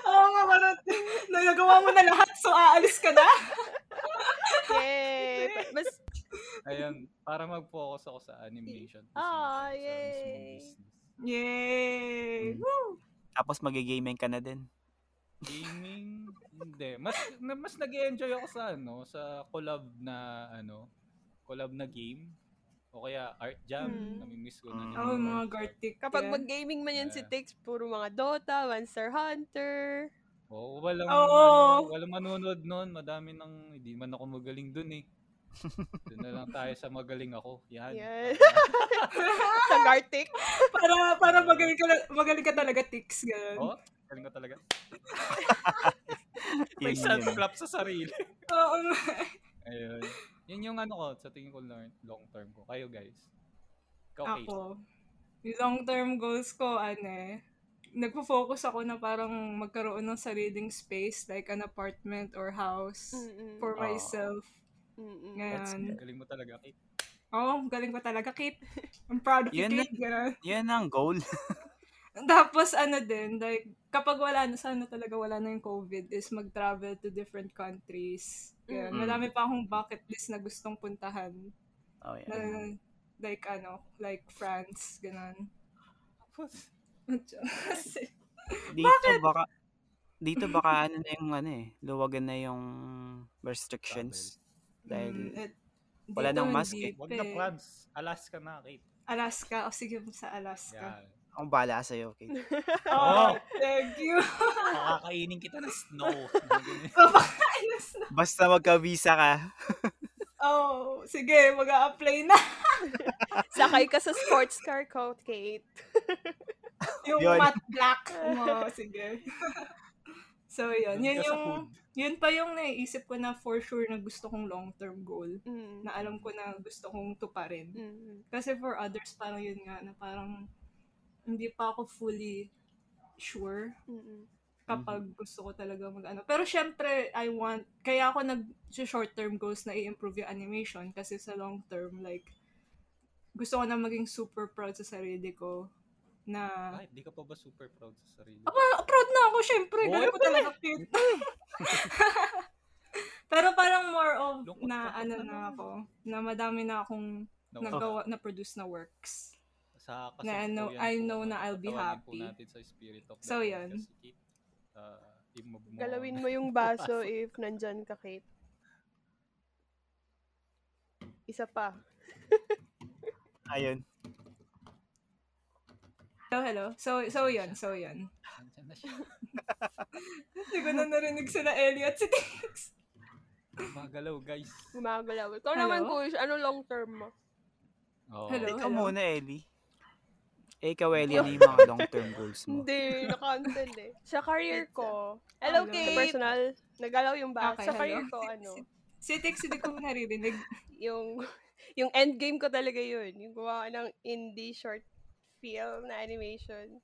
D: Oo nga, parang, nagawa mo na lahat, so aalis ka na.
A: Yay! Mas,
D: ah.
B: Ayun, para mag-focus ako sa animation. business,
A: Ah,
B: sa mismong
A: yay.
B: business.
D: Yay!
C: Mm. Tapos magigaming ka na din.
B: Gaming, hindi. Mas na, mas nag-enjoy ako sa ano, sa collab na ano, collab na game. O kaya art jam,
A: Hmm.
D: Mm.
B: nami-miss ko na.
C: Mm.
B: yung
D: Oh, mga
B: art jam.
D: Gartic.
A: Kapag
D: yan.
A: mag-gaming man yan si
B: Yeah.
A: Tix, puro mga Dota, Monster *laughs* Hunter.
B: Oo, walang,
D: Oo.
B: Ano, walang manonood nun. Madami nang, hindi man ako magaling dun eh. Doon na lang tayo sa magaling ako. Yan.
A: Yan.
B: Tama.
A: sa Gartic.
D: *laughs* Para, para magaling, ka, na- magaling ka talaga, Tix. Ganun.
A: Oh.
D: Oo,
B: Oo, galing ko
D: *laughs*
B: talaga.
C: Yun,
B: May
C: yun.
B: self-clap sa sarili.
D: nga.
B: *laughs* Ayun. Yun yung ano ko, sa tingin ko learn- long term ko. Kayo guys. Ikaw, Case.
D: Ako. Yung long-term goals ko, ano eh, nagpo-focus ako na parang magkaroon ng sariling space, like an apartment or house
A: Mm-mm.
D: for
C: Oh.
D: myself.
A: Mm-mm.
B: That's
D: Ngayon.
B: Galing mo talaga, Kate.
D: Oo, oh, galing ko talaga, Kate. I'm proud of you,
C: Yun na.
D: Kate. Ganun.
C: Yun ang goal. *laughs*
D: Tapos ano din, like, kapag wala na, sana talaga wala na yung COVID, is mag-travel to different countries. Ganun.
C: Mm.
D: Madami pa akong bucket list na gustong puntahan.
C: Oh, yeah.
D: Na, like, ano, like France, ganun. *laughs*
C: Dito baka dito baka ano na yung ano eh, luwagan na yung restrictions. Dahil
D: Mm, at
C: wala
D: dito
C: nang mask
D: hindi
B: Wag na
D: pa eh.
B: France. Alaska na, Kate.
D: Alaska. O sige, sa Alaska.
B: Yan.
C: ang bala sa iyo, okay.
B: Oh,
D: Thank you. *laughs*
B: makakainin kita ng snow.
D: Papakainas na.
C: Basta magka-visa ka.
D: Oh, sige, mag apply na. *laughs*
A: Sakay ka sa sports car, Coach Kate.
D: Yung
C: Yun.
D: matte
C: *laughs*
D: black. mo. sige. *laughs* so, yun.
B: Doon ka
D: Yun,
B: sa
D: yung,
B: food.
D: yun pa yung naiisip ko na for sure na gusto kong long-term goal.
A: Mm.
D: Na alam ko na gusto kong tuparin.
A: Mm.
D: Kasi for others, parang yun nga, na parang hindi pa ako fully sure
A: Mm.
D: kapag gusto ko talaga mag-ano. Pero syempre, I want, kaya ako nag sa short-term goals na i-improve yung animation kasi sa long-term, like, gusto ko na maging super proud sa sarili ko na
B: Ay, di ka pa ba super proud sa sarili?
D: Aba, proud na ako, syempre.
B: Oo,
D: Galing ko talaga cute. *laughs* Pero parang more of
B: Lungkot
D: na
B: ka
D: ano
B: pa
D: na
B: naman.
D: ako, na madami na akong
B: No,
D: nagawa, na-produce na works.
B: sa kasalukuyan
D: na ano,
B: po,
D: I know na I'll be
B: tatawanin po
D: happy.
B: natin sa spirit of the
D: So, yun.
B: podcast, si Kate. Uh, i-move mo. *laughs*
A: Galawin mo yung *laughs* baso if nandyan ka, Kate. Isa pa.
C: Ayun.
D: Hello, hello. So, so yun, so yun.
B: Nandyan na siya.
D: Hindi ko na narinig sila Ellie at si Tix.
B: Magalaw, guys.
A: Gumagalaw. Ikaw naman,
D: Hello?
A: Kush. Ano long term mo?
B: Oh.
D: Hello?
C: Ikaw muna, Ellie. Eh, ikaw, Ellie, ano yung mga long-term goals mo?
A: *laughs* Hindi, na-cancel eh. Sa career ko. Hello,
D: Hello.
A: Kate! Ah, Sa personal, nagalaw yung baso.
D: Okay,
A: sa
D: hello.
A: career ko, ano,
D: Si Tix, hindi ko naririnig.
A: yung, *laughs* yung end game ko talaga yun. Yung gumawa ng indie short film na animation.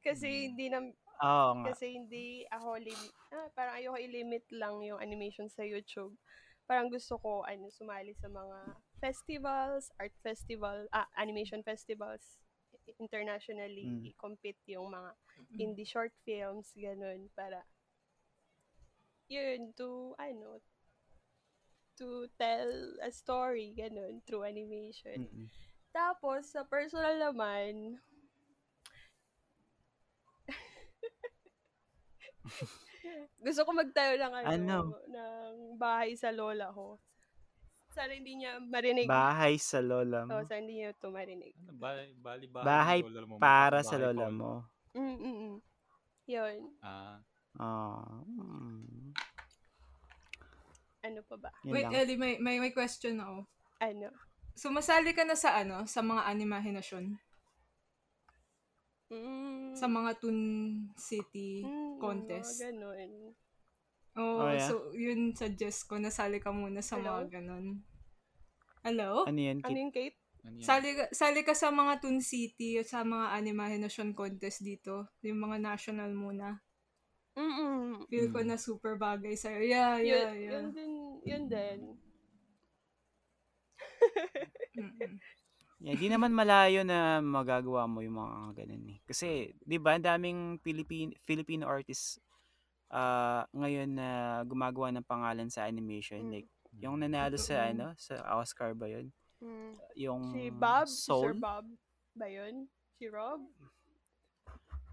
A: Kasi hindi na,
C: Oo nga.
A: kasi hindi ako lim- ah, parang ayoko i-limit lang yung animation sa YouTube. Parang gusto ko ano sumali sa mga festivals, art festival, ah, animation festivals internationally
C: Mm.
A: i-compete yung mga indie short films ganun para yun to ano to tell a story ganun through animation.
C: Mm-mm.
A: Tapos, sa personal naman, *laughs* gusto ko magtayo ng ano,
C: Ano?
A: ng bahay sa lola ko. Sana hindi niya marinig.
C: Bahay sa lola mo.
A: Oo, sana hindi niya ito marinig.
B: Ano, ba- bali, bahay,
C: Bahay
B: ng lola mo,
C: Para
B: bahay
C: sa
B: ko.
C: lola mo.
A: Mm, mm mm. Yun.
B: Ah,
C: Oh. Mm.
A: Ano pa ba?
C: Yun
D: Wait,
C: lang.
D: Ellie, may, may, may question ako.
A: Ano?
D: Sumasali ka na sa ano, sa mga animahinasyon?
A: Mm,
D: Sa mga Toon City
A: mm,
D: contest?
A: mga ganun.
C: Hmm. Oh,
D: Oo,
C: yeah.
D: so yun suggest ko, nasali ka muna sa
A: Hello?
D: mga ganun. Hello?
C: ano yun,
A: Ano
C: Kit?
A: yung Kate?
B: ano yan?
D: Sali, ka- sali ka sa mga Toon City at sa mga Animahination contest dito. Yung mga national muna.
A: Mm, mm
D: Feel ko
C: Mm.
D: na super bagay sa'yo. Yeah,
A: Yun,
D: yeah, yeah.
A: yun din. Yun din.
D: Mm-mm.
C: Yeah, eh, di naman malayo na magagawa mo yung mga ganun eh. Kasi, di ba, ang daming Philippine, Filipino artists ah, ngayon na gumagawa ng pangalan sa animation.
A: Mm.
C: Like, Yung nanalo sa ano, sa Oscar ba 'yun?
A: Mm.
C: Yung
A: Si Bob? Si Sir
C: Soul?
A: Bob? Ba yun? Si Rob?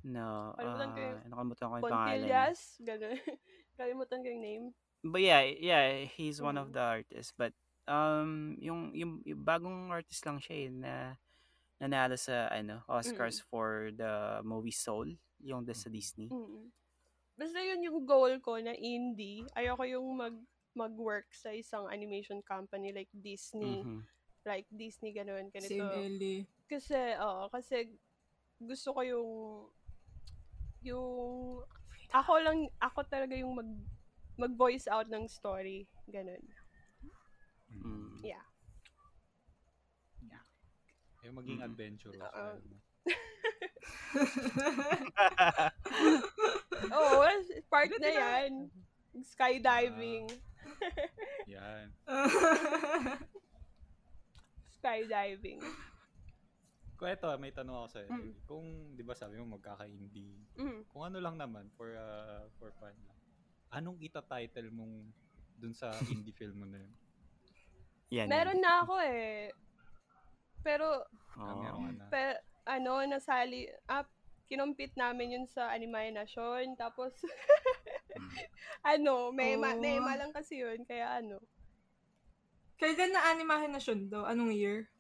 C: No.
A: Kalimutan ko
C: ah,
A: yung-
C: nakalimutan ko yung pangalan. niya.
A: Pontillas? Ganun. *laughs* Kalimutan ko yung name.
C: But yeah, yeah, he's one of
A: Mhm.
C: the artists. But um, yung, yung, yung bagong artist lang siya eh, na nanalo sa ano, Oscars for the movie Soul, yung the, sa Disney.
A: Mm. Basta yun yung goal ko na indie. Ayoko yung mag mag-work sa isang animation company like Disney.
C: Mhm.
A: Like Disney, ganun, ganito.
D: Same Ellie.
A: Kasi, oo, kasi gusto ko yung yung ako lang, ako talaga yung mag mag-voice out ng story. Ganun.
C: Mm.
A: Yeah.
B: Yung maging
C: Mm.
B: adventurous.
A: Oo.
B: ano.
A: Oo, part na yan. Skydiving.
B: Yan.
A: Skydiving.
B: Kung eto, ah, may tanong ako
D: Mm.
B: sa'yo. Lily. Kung, di ba sabi mo magkaka-indie,
A: Mm.
B: kung ano lang naman, for, uh, for fun lang, anong ita-title mong dun sa indie film mo na yun?
C: Yan.
A: Meron na ako eh. Pero
B: Ah, meron
C: Oh.
B: ka na.
A: Pero, ano, nasali, ah, kinumpit namin yun sa animation, tapos, *laughs* ano, mema,
D: Oh.
A: mema lang kasi yun, kaya ano.
D: Kailan na animahinasyon daw? Anong year?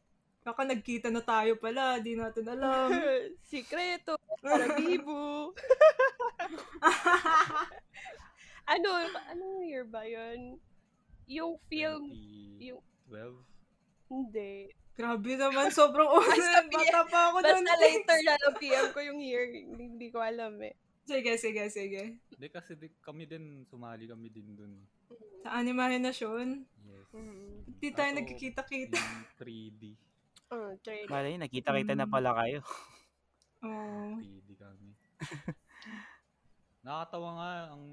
D: Baka nagkita na tayo pala, di natin alam.
A: *laughs*
D: *laughs*
A: Sikreto, Parabibu. ano, anong year ba yun? Yung film,
B: 2012?
A: yung, hindi.
D: Grabe
A: *laughs*
D: naman, sobrang una.
A: Basta
D: Bata pa ako
A: Basta
D: nun.
A: later na lang PM ko yung year, hindi, hindi ko alam eh.
D: *laughs* Sige, sige, sige.
B: Hindi kasi di, kami din, sumali kami din dun.
D: Sa animahinasyon,
B: Yes.
A: Mm.
D: Mm-hmm. di tayo
B: Kaso,
D: nagkikita-kita.
B: yung 3D.
A: Uh,
D: Oh,
A: trade.
C: Malay, nakita-kita
A: Mm.
C: na pala kayo.
D: Oo.
B: 3D kami. *laughs* Nakakatawa nga ang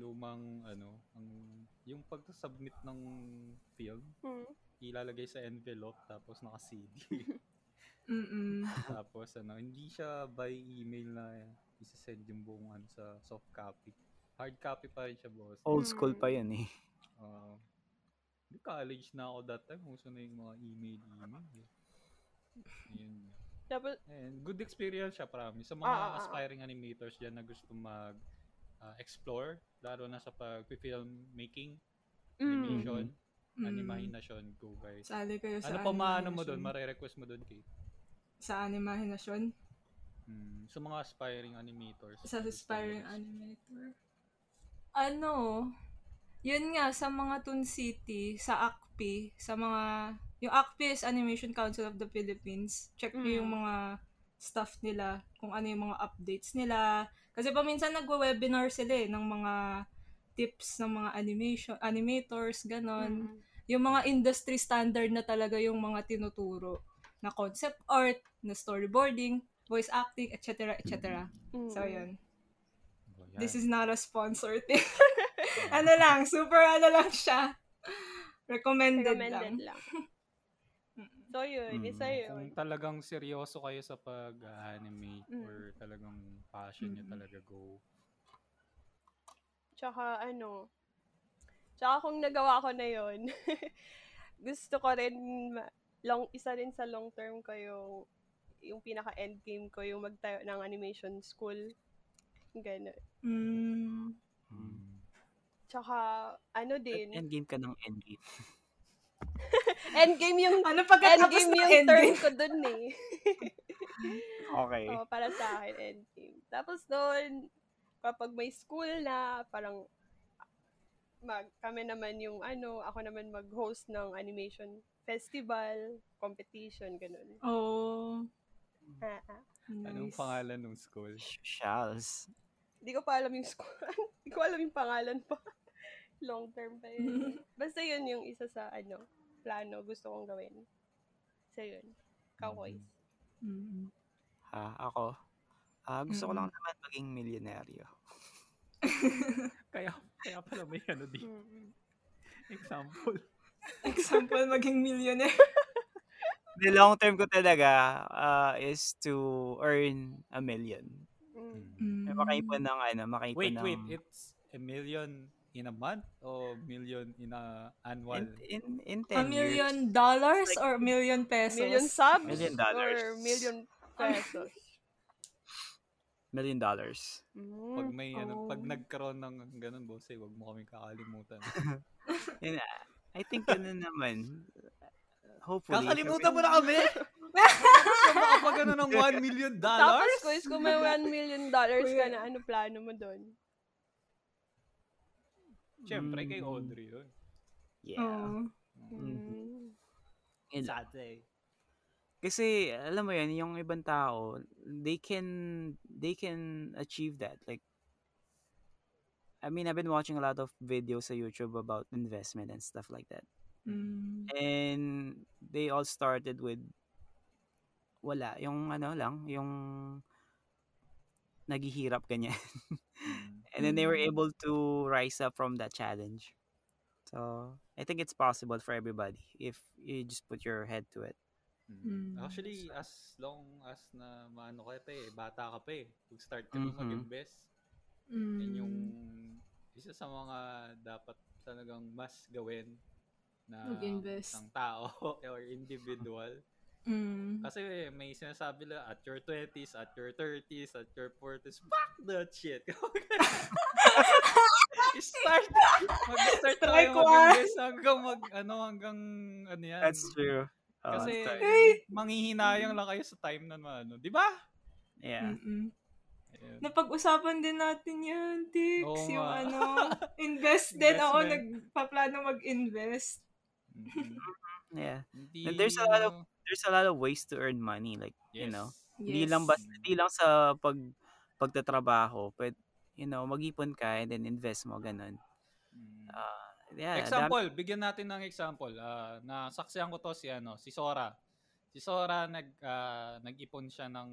B: lumang ano, ang yung pag-submit ng film,
A: Mm.
B: ilalagay sa envelope tapos naka-CD.
D: Mm-mm.
B: *laughs* tapos ano, hindi siya by email na isa-send yung buong ano sa soft copy. Hard copy pa rin siya, boss.
C: Old school
A: Mm.
C: pa yun eh.
B: Ah, di college na ako that time. Uso na yung mga email, email. eh. Ayun.
A: Tapos,
B: And good experience siya, promise. Sa mga
A: Ah, ah, ah.
B: aspiring animators dyan na gusto mag ah, explore, lalo na sa pag-film making,
A: mm.
B: animation,
D: Mm.
B: animahinasyon, go guys.
D: Sali kayo sa
B: ano pa maano mo
D: animahinasyon.
B: doon? Mare-request mo doon, Kate?
D: Sa animahinasyon?
B: Mm, sa mga aspiring animators.
D: Sa
B: na gusto
D: aspiring
B: mag-
D: animator? Ano? Yun nga, sa mga Toon City, sa ACPI, sa mga... Yung ACPI is Animation Council of the Philippines. Check nyo yung
A: Mm.
D: mga stuff nila, kung ano yung mga updates nila. Kasi paminsan nagwe-webinar sila eh, ng mga tips ng mga animation animators, ganon
A: Mm.
D: yung mga industry standard na talaga yung mga tinuturo na concept art, na storyboarding, voice acting, etc. etc.
A: Mm.
D: So, yun.
B: Oh, yan. Ah.
D: This is not a sponsored
B: *laughs*
D: thing. *laughs* ano lang, super ano lang siya. Recommended,
A: Recommended
D: lang.
A: lang. So yun, isa
C: Mm.
A: yun.
B: Kung talagang seryoso kayo sa pag-animate
A: Mm.
B: or talagang passion nyo
D: Mm.
B: talaga go.
A: Tsaka ano, tsaka kung nagawa ko na yun, *laughs* gusto ko rin, ma- long, isa rin sa long term ko yung, yung pinaka-end game ko, yung magtayo ng animation school. Ganun.
D: Mm.
C: Mm.
A: Tsaka, ano
C: Ba't
A: din,
C: *laughs* Endgame ka ng endgame.
A: end game *laughs* yung,
D: Ano
A: end
D: pagkatapos
A: game
D: ng
A: yung term
D: ending?
A: ko dun eh. *laughs*
C: Okay.
A: Oo, para sa akin, end game. Tapos doon, kapag may school na, parang mag, kami naman yung ano, ako naman mag-host ng animation festival, competition, ganun.
D: Oh.
A: Ah, ah.
D: Nice.
B: Anong
D: *laughs*
B: pangalan ng school?
C: Sh- Shals.
A: Hindi ko pa alam yung school. *laughs* Hindi ko alam yung pangalan pa. Long term pa *laughs* yun. Basta yun yung isa sa ano, plano gusto kong gawin. So yun. Cowboys.
D: Mm.
C: Ha, ako. Ah, gusto ko lang naman maging milyonaryo.
B: Kaya, kaya pala may ano di *laughs*
A: Mm.
B: example.
D: *laughs* Example, maging millionaire.
C: the long term ko talaga ah, is to earn a million.
A: Mm.
D: Mm.
C: Makaipon ng ano, makaipon
B: Hmm. Wait,
C: ng...
B: wait. It's a million in a month o million in a annual?
C: In, in, in 10
D: A
C: years.
D: million dollars or million pesos?
A: Million
D: *laughs*
A: subs?
C: Million
A: Or
C: dollars.
A: *laughs* million pesos?
C: Million dollars. *laughs*
A: Mm.
B: Pag may ano, pag
D: oh.
B: nagkaroon ng ganun, boss, eh, wag mo kaming kakalimutan.
C: Yun, ah. I think ganun naman. Hopefully.
B: Kakalimutan mo na kami! *laughs* Saan makapag ano ng 1 million
A: Tapos,
B: dollars?
A: Kuis, kung may 1 million dollars ka na, ano plano mo doon?
B: Siyempre, kay
C: Mm.
B: Audrey yun.
C: Yeah.
D: Oo.
A: Mm.
C: Yun lang.
B: Sate.
C: Kasi alam mo 'yun, yung ibang tao, they can they can achieve that. Like I mean, I've been watching a lot of videos on YouTube about investment and stuff like that.
D: Mm.
C: And they all started with wala, yung ano lang, yung naghihirap ganyan. *laughs* and then they were
D: Mm.
C: able to rise up from that challenge. So, I think it's possible for everybody if you just put your head to it.
D: Mm.
B: Actually, as long as na maano ka pa eh, bata ka pa eh. Mag-start ka na
C: Mhm.
B: mag-invest.
D: Mm.
B: Yan yung isa sa mga dapat talagang mas gawin na
D: Mag-invest.
B: ng tao *laughs* or
D: *laughs*
B: individual.
D: Mm.
B: Kasi may sinasabi lang, at your 20s, at your 30s, at your 40s, fuck that shit. *laughs* start, mag-start tayo
D: Strike
B: mag-invest hanggang mag, ano, hanggang, ano yan.
C: That's true. Oh,
B: Kasi,
C: that's true.
D: Eh.
B: manghihinayang lang kayo sa time na ano. Di ba?
C: yeah.
D: Mm-mm.
B: Ayun.
D: Napag-usapan din natin yan, Tix.
B: Oo ah.
D: yung
B: nga. *laughs*
D: ano, invest din. Oo,
B: Investment.
D: nagpaplano mag-invest.
B: Mhm.
C: Yeah.
B: Hindi,
C: And there's a lot of-
B: ano,
C: There's a lot of ways to earn money like, you
B: yes.
C: know. Hindi lang bas hindi lang sa pag pagtatrabaho, but you know, mag-ipon ka and then invest mo ganun.
B: Mm.
C: Ah, yeah, dami-
B: example, bigyan natin ng example. Ah, nasaksihan ko to si ano, si Sora. Si Sora nag ah, nag-ipon siya ng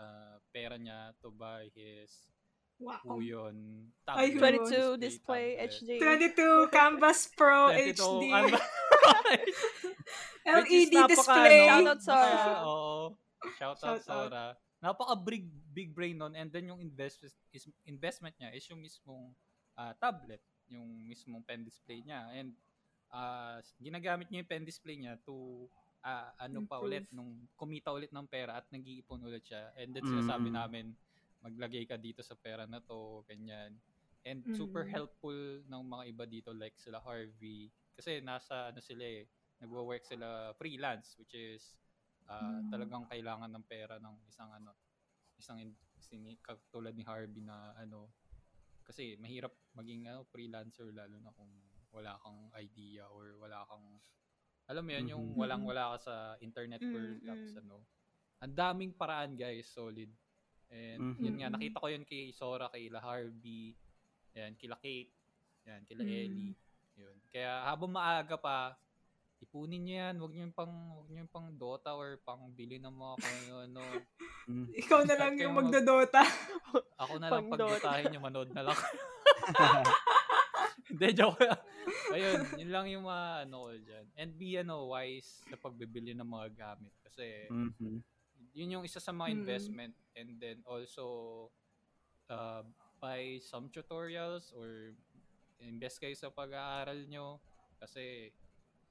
B: ah, pera niya to buy his
D: Wow.
B: Uyon
D: Oh. Ay,
B: tablet,
A: 22 display HD.
B: tablet.
D: 22 Canvas Pro
B: 22
D: HD
B: ano, which is
D: LED
B: napaka,
D: E display.
B: ano,
A: Shoutout, Sora.
B: napaka- Oo. Shout out
D: Shoutout.
B: Sora. Napaka big big brain nun and then yung investment is investment niya is yung mismong ah, tablet, yung mismong pen display niya and ah, ginagamit niya yung pen display niya to ah, ano pa
D: Improve.
B: ulit nung kumita ulit ng pera at nag-iipon ulit siya and then
C: Mm.
B: sinasabi namin maglagay ka dito sa pera na to, ganyan. And super
D: Mm.
B: helpful ng mga iba dito like sila Harvey kasi nasa ano sila eh, nagwo-work sila freelance which is ah,
D: Mm.
B: talagang kailangan ng pera ng isang ano isang in- sini, katulad ni Harvey na ano kasi mahirap maging ano, freelancer lalo na kung wala kang idea or wala kang alam mo yun, yung
C: Mhm.
B: walang wala ka sa internet
A: Mm,
B: world tapos
A: mm.
B: ano. Ang daming paraan guys, solid. And yun nga,
D: Mhm.
B: nakita ko yun kay Sora, kay La Harvey, yan, kila Kate, yan, kila
D: Mm.
B: Ellie. Yun. Kaya habang maaga pa, ipunin niyo yan. Huwag niyo yung pang, huwag niyo yung pang Dota or pang bili ng mga kung ano. ano.
C: Mm.
D: Ikaw na lang yung magdodota.
B: Ako na lang
A: Pang
B: pagdotahin yung manood na lang. *laughs*
C: *laughs*
B: Hindi, joke lang. Ayun, yun lang yung mga ano ko dyan. And be ano, wise sa pagbibili ng mga gamit. Kasi,
C: Mhm.
B: yun yung isa sa mga
D: Mm.
B: investment and then also uh, buy some tutorials or invest kayo sa pag-aaral nyo kasi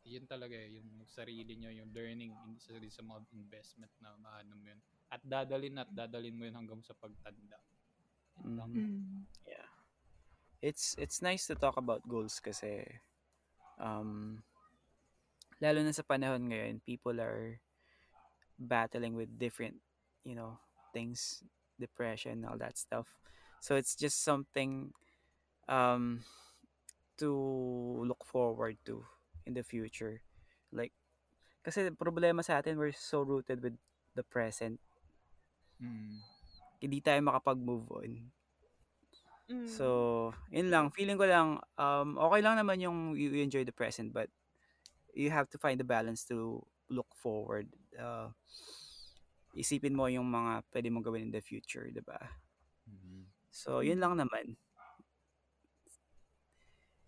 B: yun talaga eh, yung sarili nyo, yung learning in, isa rin sa mga investment na maano mo yun. At dadalin at dadalin mo yun hanggang sa pagtanda. Yun lang.
C: Mm. it's it's nice to talk about goals kasi um lalo na sa panahon ngayon people are battling with different you know things depression all that stuff so it's just something um to look forward to in the future like kasi problema sa atin we're so rooted with the present
B: Mm.
C: hindi tayo makapag-move on
A: Mm.
C: So, yun lang. Feeling ko lang, um, okay lang naman yung you you enjoy the present, but you have to find the balance to look forward. Uh, isipin mo yung mga pwede mong gawin in the future, di ba?
B: Mhm.
C: So, yun lang naman.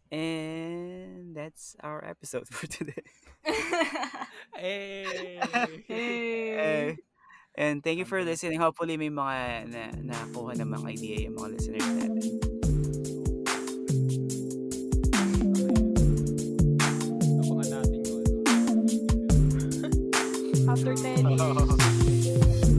C: And that's our episode *laughs* for today.
B: Eh!
D: *laughs* hey.
C: Eh, *laughs* and thank you for
B: Ang bilis.
C: listening. Hopefully, may mga na, nakuha namang idea yung mga listeners natin.
B: ano.
A: after 10 is